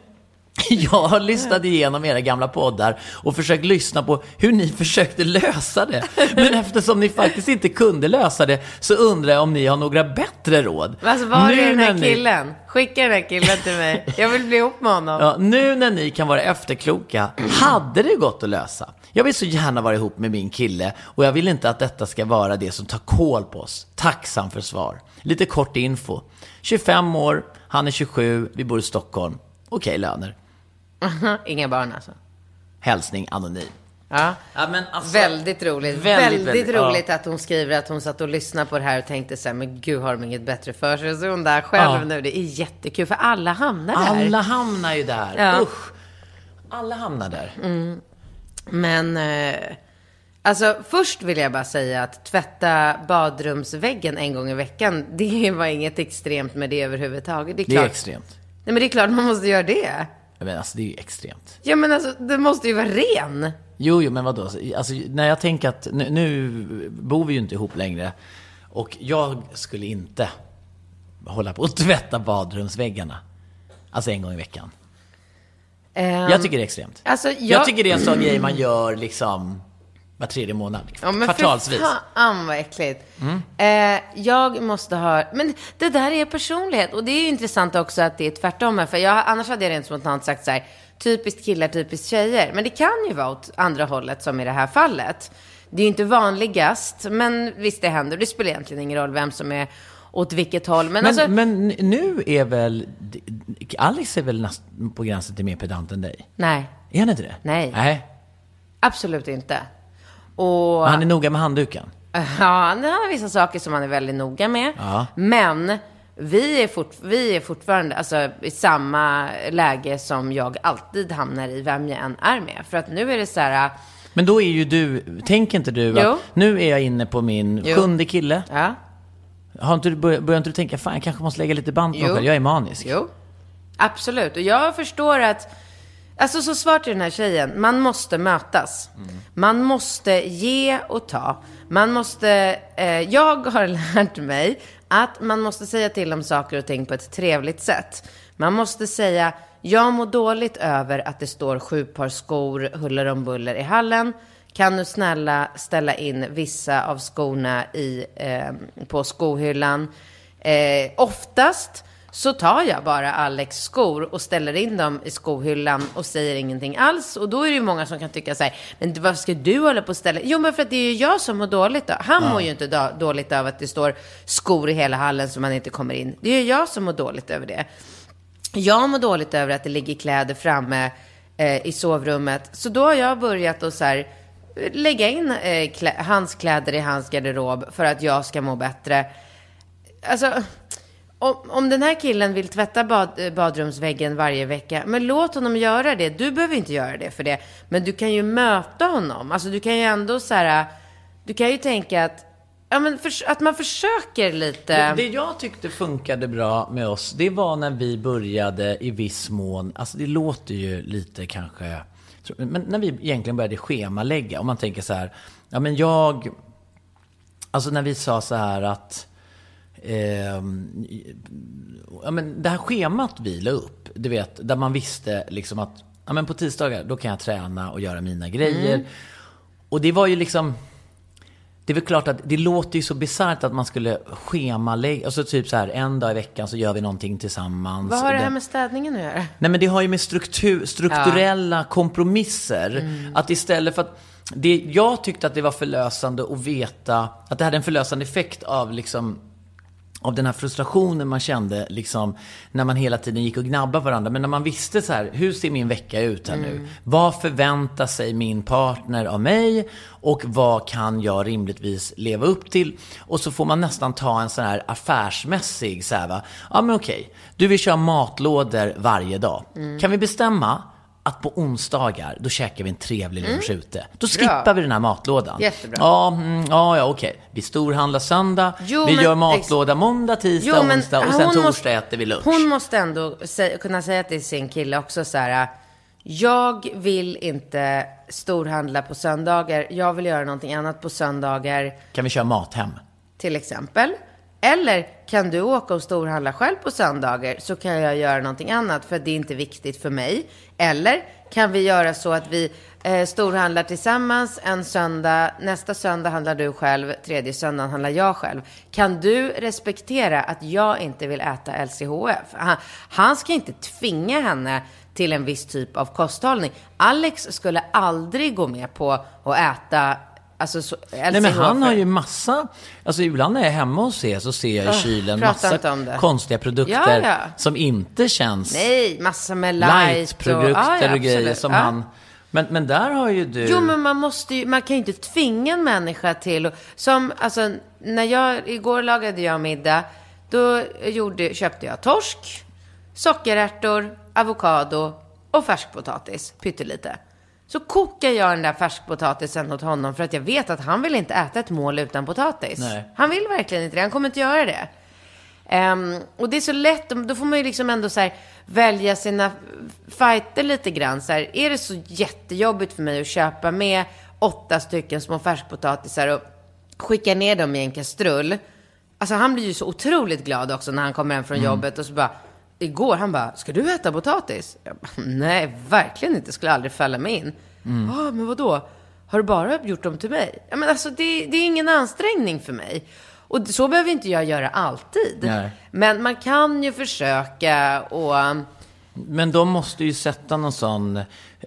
B: Jag har lyssnat igenom era gamla poddar och försökt lyssna på hur ni försökte lösa det. Men eftersom ni faktiskt inte kunde lösa det så undrar jag om ni har några bättre råd.
C: Alltså var är den
B: när
C: här
B: ni-
C: killen? Skicka den här killen till mig. Jag vill bli ihop med honom.
B: Ja, nu när ni kan vara efterkloka, hade det gått att lösa? Jag vill så gärna vara ihop med min kille och jag vill inte att detta ska vara det som tar kål på oss. Tacksam för svar. Lite kort info. 25 år, han är 27, vi bor i Stockholm. Okej löner.
C: Inga barn alltså.
B: Hälsning anonym.
C: Ja.
B: Ja, men alltså-
C: Väldigt roligt.
B: Väldigt,
C: Väldigt,
B: väldigt,
C: roligt
B: ja.
C: att hon skriver att hon satt och lyssnade på det här och tänkte så här, men gud har de inget bättre för sig? Så är hon där själv
B: Ja.
C: nu. Det är jättekul för alla hamnar där.
B: Alla hamnar ju där.
C: Ja. Mm,
B: Usch. Alla hamnar där.
C: Men eh, alltså först vill jag bara säga att tvätta badrumsväggen en gång i veckan, det var inget extremt med det överhuvudtaget. Det är,
B: Det är
C: klart.
B: extremt.
C: Nej men det är klart man måste göra det.
B: Men alltså det är ju extremt.
C: Ja men alltså det måste ju vara ren.
B: Jo, jo, men vadå? Alltså, när jag tänker att nu, nu bor vi ju inte ihop längre och jag skulle inte hålla på och tvätta badrumsväggarna. Alltså en gång i veckan.
C: Ehm,
B: Jag tycker det är extremt.
C: Alltså, jag-
B: jag tycker det är en sån grej man gör liksom var tredje månad.
C: Ja, men
B: kvartalsvis.
C: För fan vad äckligt. Eh, jag måste ha, men det där är personlighet. Och det är ju intressant också att det är tvärtom här. För jag, annars hade jag rent spontant sagt så här, typiskt killar, typiskt tjejer. Men det kan ju vara åt andra hållet som i det här fallet. Det är ju inte vanligast, men visst det händer. Det spelar egentligen ingen roll vem som är åt vilket håll. Men,
B: Men,
C: alltså,
B: men nu är väl... Alex är väl näst, på gränsen till mer pedant än dig?
C: nej,
B: Är han inte det?
C: Nej.
B: Nej.
C: absolut inte. Och...
B: Och han är noga med handduken.
C: Ja, han han har vissa saker som han är väldigt noga med.
B: Ja.
C: Men vi är, fort, vi är fortfarande alltså, i samma läge som jag alltid hamnar i, vem jag än är med. För att nu är det så här,
B: Men då är ju du, tänker inte du
C: Jo.
B: att nu är jag inne på min
C: Jo.
B: sjunde kille.
C: ja,
B: Har inte, du- börjar börjar inte du tänka, fan jag kanske måste lägga lite band på mig
C: Jo.
B: själv, jag är manisk.
C: jo, absolut. Och jag förstår att, alltså så svar till den här tjejen, man måste mötas. Man måste ge och ta. Man måste, eh, jag har lärt mig att man måste säga till om saker och ting på ett trevligt sätt. Man måste säga, jag mår dåligt över att det står sju par skor huller om buller i hallen. Kan du snälla ställa in vissa av skorna i, eh, på skohyllan? Eh, oftast Så tar jag bara Alex skor och ställer in dem i skohyllan och säger ingenting alls. Och då är det ju många som kan tycka så här, men varför ska du hålla på och ställa? Jo, men för att det är ju jag som mår dåligt då. Han mår ju inte då, dåligt av att det står skor i hela hallen som man inte kommer in. Det är ju jag som mår dåligt över det. Jag mår dåligt över att det ligger kläder framme eh, i sovrummet. Så då har jag börjat att så här, lägga in eh, klä- hans kläder i hans garderob för att jag ska må bättre. Alltså, om, om den här killen vill tvätta bad, eh, badrumsväggen varje vecka, men låt honom göra det. Du behöver inte göra det för det. Men du kan ju möta honom. Alltså du kan ju ändå så här, du kan ju tänka att, ja, men förs- att man försöker lite.
B: Det, det jag tyckte funkade bra med oss, det var när vi började i viss mån, alltså det låter ju lite kanske, men när vi egentligen började schemalägga, om man tänker så här, ja men jag, alltså när vi sa så här att, ehm, ja, men det här schemat vi la upp, du vet, där man visste liksom att ja, men på tisdagar då kan jag träna och göra mina grejer.
C: Mm.
B: Och det var ju liksom... Det är väl klart att det låter ju så bisarrt att man skulle schemalägga. Alltså typ så här, en dag i veckan så gör vi någonting tillsammans.
C: Vad har det här med städningen att göra?
B: Nej men det har ju med struktur, strukturella kompromisser.
C: Mm.
B: Att istället för att... Det, jag tyckte att det var förlösande att veta att det hade en förlösande effekt av liksom av den här frustrationen man kände liksom, när man hela tiden gick och gnabbade varandra. Men när man visste så här, hur ser min vecka ut här nu? Vad förväntar sig min partner av mig? Och vad kan jag rimligtvis leva upp till? Och så får man nästan ta en sån här affärsmässig, så här va. Ja men okej, du vill köra matlådor varje dag. Kan vi bestämma att på onsdagar, då käkar vi en trevlig lunch ute. Då skippar vi den här matlådan.
C: Jättebra.
B: Ja, mm, ja, ja okej. Vi storhandlar söndag,
C: Jo,
B: vi
C: men
B: gör
C: ex-
B: matlåda måndag, tisdag,
C: Jo, men
B: onsdag och sen
C: hon
B: torsdag
C: måste-
B: äter vi lunch.
C: Hon måste ändå sä- kunna säga till sin kille också så här. Jag vill inte storhandla på söndagar. Jag vill göra någonting annat på söndagar
B: Kan vi köra mathem?
C: till exempel. Eller kan du åka och storhandla själv på söndagar så kan jag göra någonting annat för att det är inte viktigt för mig. Eller kan vi göra så att vi eh, storhandlar tillsammans en söndag. Nästa söndag handlar du själv, tredje söndagen handlar jag själv. Kan du respektera att jag inte vill äta LCHF? Han, han ska inte tvinga henne till en viss typ av kosthållning. Alex skulle aldrig gå med på att äta Alltså, så,
B: Nej men han
C: LCHF.
B: har ju massa, alltså ibland när jag är hemma hos er så ser jag i
C: Ugh,
B: kylen
C: prata
B: massa
C: inte om det.
B: konstiga produkter
C: Ja, ja.
B: som inte känns
C: Nej, massor med light.
B: light-produkter och,
C: ja, ja,
B: grejer
C: absolut.
B: som
C: Ja.
B: han... Men, men där har ju du...
C: Jo, men man måste ju, man kan ju inte tvinga en människa till. Som, alltså, när jag, igår lagade jag middag. Då gjorde, köpte jag torsk, sockerärtor, avokado och färskpotatis, pyttelite. Så kokar jag den där färskpotatisen åt honom för att jag vet att han vill inte äta ett mål utan potatis.
B: Nej.
C: Han vill verkligen inte det, han kommer inte göra det. Ehm, och det är så lätt, då får man ju liksom ändå så här, välja sina fighter lite grann. Så här, är det så jättejobbigt för mig att köpa med åtta stycken små färskpotatisar och skicka ner dem i en kastrull. Alltså han blir ju så otroligt glad också när han kommer hem från jobbet och så bara, igår han bara, ska du äta potatis? Jag bara, Nej, verkligen inte, skulle aldrig falla mig in. Ja, ah, men vadå? Har du bara gjort dem till mig? Ja, men alltså det, det är ingen ansträngning för mig. Och d- så behöver inte jag göra alltid.
B: Nej.
C: Men man kan ju försöka och...
B: Men de måste ju sätta någon sån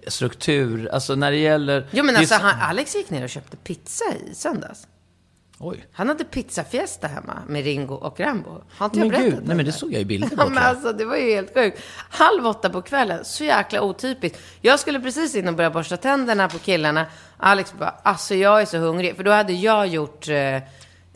B: struktur. Alltså när det gäller...
C: Jo men
B: det är
C: alltså
B: så-
C: han, Alex gick ner och köpte pizza i söndags.
B: Oj.
C: Han hade pizzafiesta hemma med Ringo och Rambo. Har inte
B: Men
C: jag berättat
B: gud,
C: om
B: nej men det såg jag ju bilder på.
C: Ja, men
B: tror jag.
C: alltså, det var ju helt sjukt. Halv åtta på kvällen, så jäkla otypiskt. Jag skulle precis in och börja borsta tänderna på killarna. Alex bara, alltså jag är så hungrig. För då hade jag gjort eh,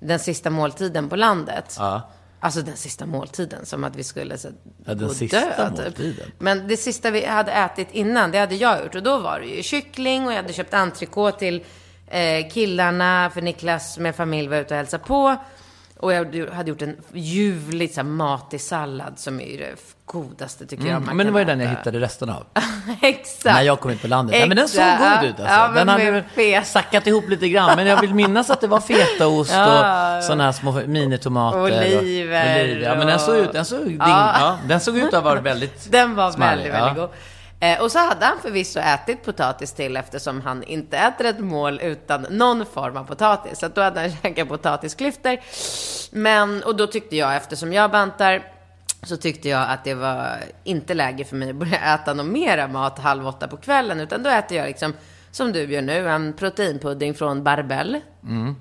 C: den sista måltiden på landet.
B: Ja.
C: Alltså den sista måltiden, som att vi skulle så,
B: Ja, den
C: gå och
B: sista
C: dö, typ.
B: måltiden.
C: Men det sista vi hade ätit innan, det hade jag gjort. Och då var det ju kyckling och jag hade köpt entrecote till eh, killarna, för Niklas med familj var ute och hälsade på. Och jag hade- hade gjort en ljuvlig så här, matig sallad som är ju det f- godaste tycker jag man
B: Mm, Men det
C: kan
B: var ju den jag
C: äta.
B: hittade resten av.
C: Exakt.
B: När jag kom ut på landet. Nej, men den såg
C: Exakt.
B: god ut alltså.
C: Ja, men
B: den hade
C: med
B: väl
C: fet.
B: sackat ihop lite grann. Men jag vill minnas att det var fetaost och sådana här små minitomater. och-
C: Oliver
B: oliver. Ja, men den såg ut, den såg, ding, ja.
C: Ja.
B: den såg ut att vara väldigt
C: Den var
B: smarrig,
C: väldigt, väldigt god. Eh, och så hade han förvisso ätit potatis till eftersom han inte äter ett mål utan någon form av potatis. Så att då hade han käkat potatisklyftor. Men, och då tyckte jag, eftersom jag bantar, så tyckte jag att det var inte läge för mig att börja äta någon mera mat halv åtta på kvällen. Utan då äter jag liksom, som du gör nu, en proteinpudding från Barbell.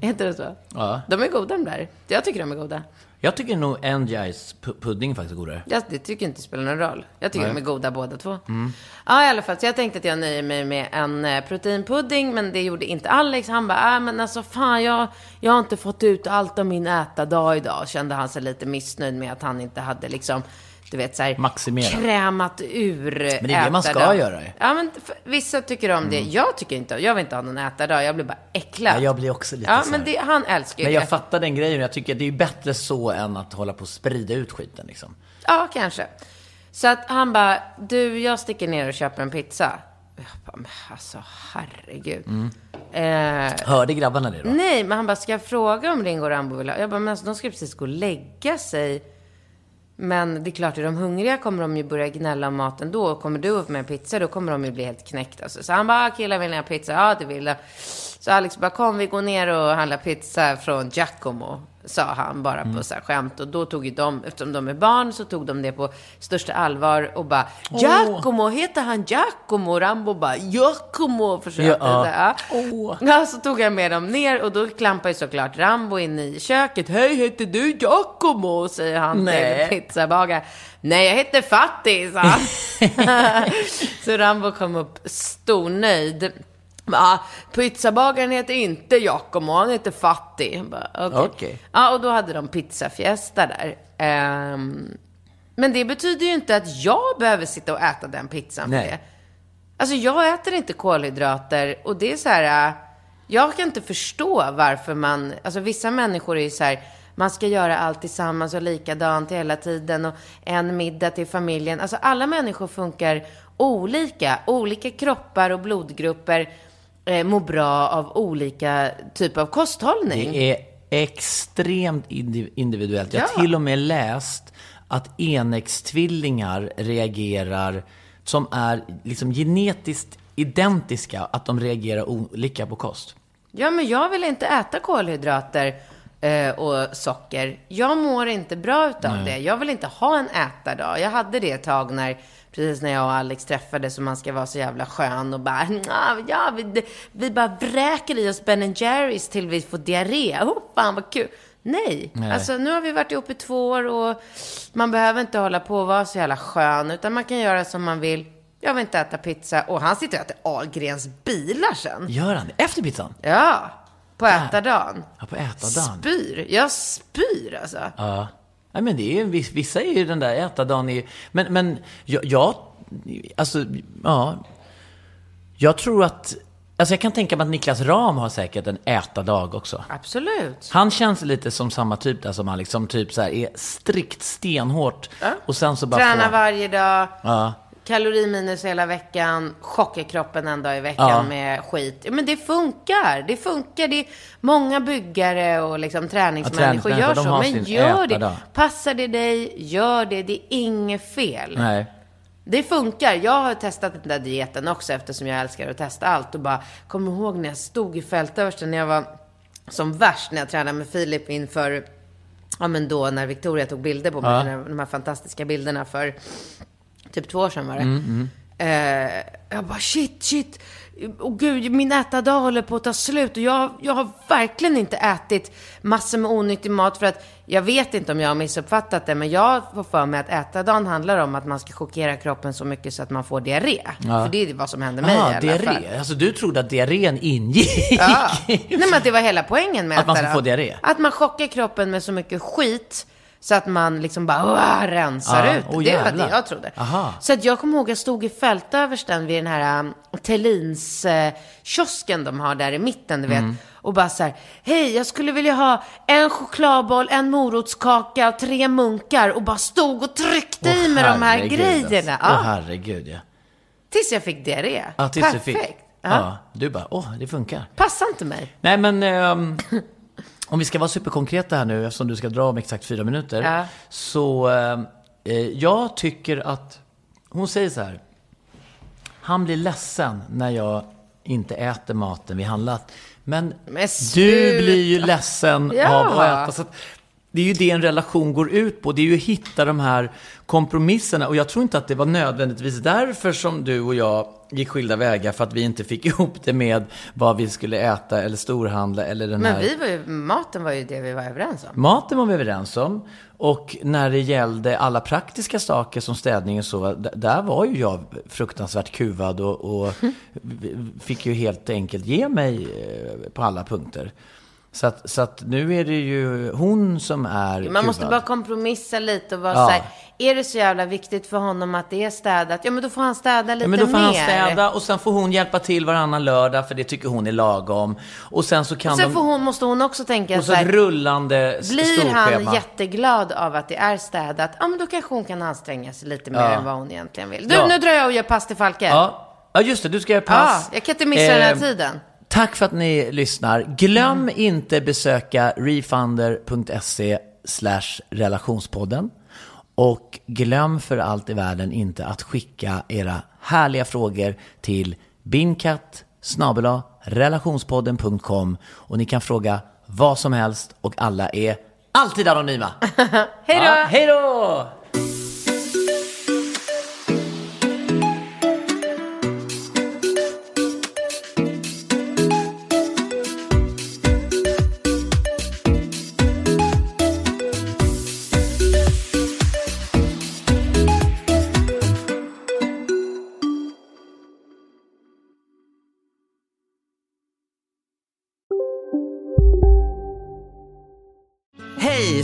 C: Heter det så?
B: Mm. Ja.
C: De är goda de där. Jag tycker de är goda.
B: Jag tycker nog Engice pu- pudding faktiskt är godare.
C: Jag, det tycker inte spelar någon roll. Jag tycker de är goda båda två.
B: Mm.
C: Ja, i alla fall. Så jag tänkte att jag nöjer mig med en eh, proteinpudding, men det gjorde inte Alex. Han bara, äh, men alltså fan, jag, jag har inte fått ut allt av min ätardag idag. Kände han sig lite missnöjd med att han inte hade liksom, du vet så här,
B: Maximera.
C: krämat ur Men
B: det är det man ska göra ju. Mm.
C: Ja, men f- vissa tycker om det. Jag tycker inte Jag vill inte ha någon ätardag. Jag blir bara äcklad.
B: Ja, jag blir också lite
C: Ja,
B: så
C: men
B: här.
C: det, han älskar ju
B: Men jag
C: det.
B: fattar den grejen. Jag tycker att det är bättre så än att hålla på och sprida ut skiten liksom.
C: Ja, kanske. Så att han bara, du, jag sticker ner och köper en pizza. Jag bara, men alltså herregud. Eh,
B: Hörde grabbarna det då?
C: nej, men han bara, ska jag fråga om Ringo och Rambo vill ha? Jag bara, men alltså, de ska ju precis gå och lägga sig. Men det är klart, är de hungriga kommer de ju börja gnälla om maten då. Kommer du upp med en pizza, då kommer de ju bli helt knäckta. Alltså. Så han bara, ah, killar vill ni ha pizza? Ja, det vill jag. Så Alex bara, kom vi går ner och handlar pizza från Giacomo. Sa han bara
B: Mm.
C: på så här skämt. Och då tog ju de, eftersom de är barn, så tog de det på största allvar och bara, Giacomo, heter han Giacomo? Rambo bara, Giacomo, försökte.
B: Ja.
C: Så, här, ja. ja, så tog jag med dem ner och då klampar ju såklart Rambo in i köket. Hej, heter du Giacomo? Säger han
B: Nej.
C: Nej. pizzabagare. Nej, jag heter Fattig, sa han. så Rambo kom upp stornöjd. Ja, pizzabagaren heter inte Giacomo, han heter Fattig. Jag bara, Okej.
B: Okej.
C: Ja, och då hade de pizzafiesta där. Ehm, men det betyder ju inte att jag behöver sitta och äta den pizzan
B: Nej.
C: för det. Alltså jag äter inte kolhydrater och det är så här, äh, jag kan inte förstå varför man, alltså vissa människor är ju så här, man ska göra allt tillsammans och likadant hela tiden och en middag till familjen. Alltså alla människor funkar olika, olika kroppar och blodgrupper eh, mår bra av olika typ av kosthållning.
B: Det är extremt indiv- individuellt. Jag har
C: Ja.
B: till och med läst att enäggstvillingar reagerar, som är liksom genetiskt identiska, att de reagerar olika på kost.
C: Ja, men jag vill inte äta kolhydrater eh, och socker. Jag mår inte bra utav det. Jag vill inte ha en ätardag. Jag hade det ett tag när, precis när jag och Alex träffades och man ska vara så jävla skön och bara, "Nja, ja, vi, vi bara vräker i oss Ben Jerrys till vi får diarré. Oh, fan vad kul. Nej.
B: Nej.
C: alltså nu har vi varit ihop i två år och man behöver inte hålla på och vara så jävla skön, utan man kan göra som man vill. Jag vill inte äta pizza och han sitter och äter Ahlgrens bilar sen.
B: Gör han det? Efter pizzan?
C: Ja, på ätardagen.
B: Ja, på ätardagen.
C: Spyr. Jag spyr alltså.
B: Ja. Nej, men det är, viss- vissa är ju den där ätardagen är Men, men jag, jag... Alltså, ja. Jag tror att... Alltså jag kan tänka mig att Niklas Ram har säkert en ätardag också.
C: Absolut.
B: Han känns lite som samma typ där som Alex, som typ så här är strikt stenhårt. Och sen så bara
C: Träna
B: får-
C: varje dag.
B: Ja.
C: Kaloriminus hela veckan. Chocka kroppen en dag i veckan
B: Ja.
C: med skit. Men det funkar. Det funkar. Det är många byggare och liksom träningsmänniskor
B: träningsmänniskor,
C: gör
B: de
C: så.
B: har
C: Men
B: sin
C: gör
B: ätardag.
C: det. Passar det dig, gör det. Det är inget fel.
B: Nej.
C: Det funkar. Jag har testat den där dieten också eftersom jag älskar att testa allt. Och bara, kommer ihåg när jag stod i fältöversten när jag var som värst när jag tränade med Filip inför, ja men då när Victoria tog bilder på mig, när- de här fantastiska bilderna för typ två år sedan var det. Eh, jag bara shit, shit. Och gud, min ätardag håller på att ta slut och jag, jag har verkligen inte ätit massor med onyttig mat för att jag vet inte om jag har missuppfattat det, men jag får för mig att ätardagen handlar om att man ska chockera kroppen så mycket så att man får diarré. För det är vad som hände mig
B: Ah,
C: i alla fall.
B: diarré. Alltså du trodde att diarrén ingick?
C: Ja. Nej men att det var hela poängen med
B: Ah. Att man ska
C: ätardagen.
B: få diarré.
C: Att man chockar kroppen med så mycket skit så att man liksom bara "Åh", rensar
B: Ja,
C: ut.
B: Ah. åh,
C: det var
B: jävlar.
C: det jag trodde.
B: Aha.
C: Så att jag kommer ihåg att jag stod i fältöversten vid den här um, Tellins eh, kiosken de har där i mitten, du vet.
B: Mm.
C: Och bara så här, hej, jag skulle vilja ha en chokladboll, en morotskaka, och tre munkar. Och bara stod och tryckte i mig de här grejerna.
B: alltså. Åh
C: Ja,
B: herregud ja.
C: tills jag fick diarré.
B: ja tills du
C: Perfekt.
B: fick.
C: Ja.
B: Ja. Du bara, åh, det funkar.
C: Passar inte mig.
B: Nej men, ehm, om vi ska vara superkonkreta här nu, eftersom du ska dra om exakt fyra minuter.
C: Ja.
B: Så, ehm, eh, jag tycker att, hon säger så här. Han blir ledsen när jag inte äter maten vi handlat. Men,
C: Men
B: du
C: sluta.
B: blir ju ledsen
C: Ja.
B: av att äta. Så att, Det är ju det en relation går ut på. Det är ju att hitta de här kompromisserna. Och jag tror inte att det var nödvändigtvis därför som du och jag gick skilda vägar. För att vi inte fick ihop det med vad vi skulle äta eller storhandla eller den här...
C: Men vi var ju, maten var ju det vi var överens om.
B: Maten var vi överens om. Och när det gällde alla praktiska saker som städning och så, d- där var ju jag fruktansvärt kuvad och, och fick ju helt enkelt ge mig eh, på alla punkter. Så att, så att nu är det ju hon som är
C: Man
B: kuvad.
C: måste bara kompromissa lite och vara
B: Ja.
C: så här, är det så jävla viktigt för honom att det är städat? Ja, men då får han städa lite
B: Ja, men då får
C: mer.
B: han städa och sen får hon hjälpa till varannan lördag för det tycker hon är lagom. Och sen så kan
C: Och sen
B: de...
C: får hon, måste hon också tänka
B: och
C: så
B: så ett
C: här,
B: rullande s-
C: blir
B: storschema.
C: han jätteglad av att det är städat, ja men då kanske hon kan anstränga sig lite mer
B: Ja.
C: än vad hon egentligen vill. Du,
B: Ja.
C: nu drar jag och gör pass till Falke.
B: Ja. ja, just det. Du ska göra
C: Ja,
B: pass.
C: jag kan inte missa den här
B: Eh,
C: tiden.
B: Tack för att ni lyssnar. Glöm inte besöka refunder.se slash relationspodden. Och glöm för allt i världen inte att skicka era härliga frågor till binkatt relationspodden.com och ni kan fråga vad som helst och alla är alltid anonyma.
C: Hej då!
B: Ja, hej då!
G: Hej,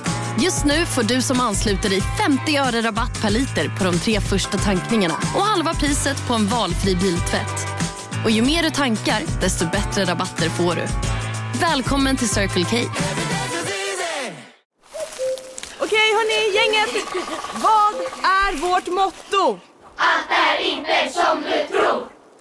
H: Just nu får du som ansluter dig 50 öre rabatt per liter på de tre första tankningarna och halva priset på en valfri biltvätt. Och ju mer du tankar, desto bättre rabatter får du. Välkommen till Circle K.
I: Okej hörni, gänget! Vad är vårt motto?